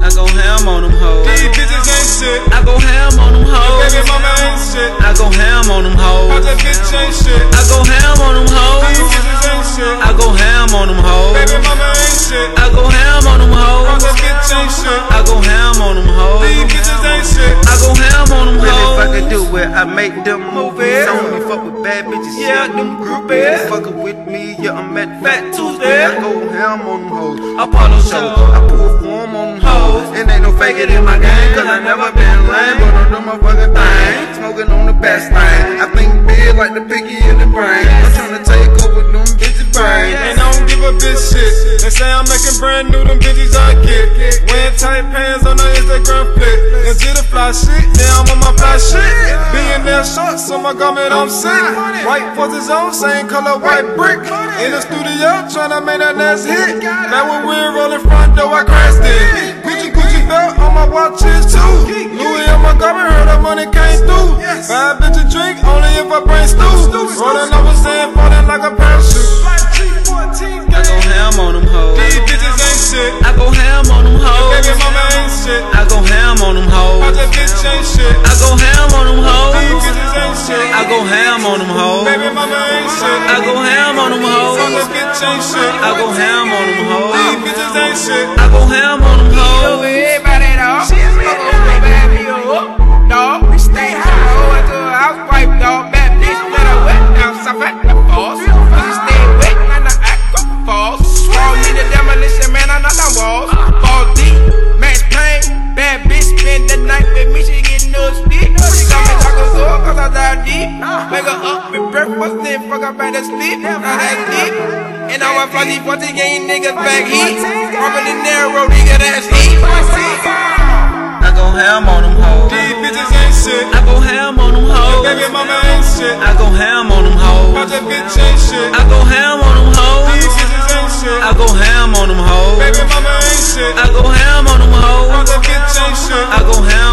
ham on them hoes. These bitches ain't shit. I go ham on them hoes. Baby mama ain't shit. I go ham on them Pop hoes. that bitch ain't shit. I go ham on them These hoes. bitches ain't shit. I go ham on them Baby hoes. mama ain't shit. I go ham on them Pop hoes. that bitch ain't shit. I go ham on them These hoes. bitches ain't shit. I go ham on them Really, if I could hoes. do it, I make them movies. I only fuck with bad bitches. Yeah, them groupies. Fuckin' with me, yeah, I'm at Fat Tuesday. Oh. I go ham on them hoes. I follow So show. I pull form on them hoes. It ain't no faking in my game, cause I never been lame. But I do my fucking thing. Smoking on the best thing. I think big like the picky in the brain. I'm tryna take over them bitches' brains. And I don't give a bitch shit. They say I'm making brand new, them bitches I get. Wearing tight pants on the Instagram fit. And did the fly shit, now I'm on my fly shit. Billionaire shorts on my garment, I'm sick. White forces on, same color, white brick. In the studio, tryna make that last hit. Now when we're rolling front door, I crashed it. Gucci, Gucci belt on my watch is too. Louis on my garment, heard the money came through. Five bitches drink, only if I bring stew. Rolling up a sand, falling like a parachute. I go ham on them hoes. These bitches ain't shit. I go ham on them Baby hoes. mama ain't shit. I go ham on them Pop hoes. that bitch ain't shit. I go ham on them These hoes. bitches ain't shit. I go ham on them hoes. Baby mama ain't shit. I go ham on them Pop hoes. that bitch ain't shit. I go ham on them These hoes. bitches ain't shit. I go ham on them hoes. Everybody dog. Fuck on my baby, you up, dog. Stay high, roll into a housewife, dog. Bad bitch, when I wet down, suffer the falls. Fuck you stay wet, man, the aqua falls. Swallow me the demolition, man, I know the walls. Fall deep, max pain. Bad bitch, spend the night with me, she get no sleep. Uh. She got me talking so, cause I dive deep. Wake her up with breakfast, then fuck her back to sleep. I had deep. And now I fly deep, watching gang niggas back eat. Robert De Niro, nigga, that's heat. I go ham on them hoes. These bitches ain't shit. I go ham on them Baby hoes. mama ain't shit. I go ham on them Pop hoes. that bitch ain't shit. I go ham on them These hoes. bitches ain't shit. I go ham on them hoes. Baby mama ain't shit. I go ham on them Pop hoes. that bitch ain't shit. I go ham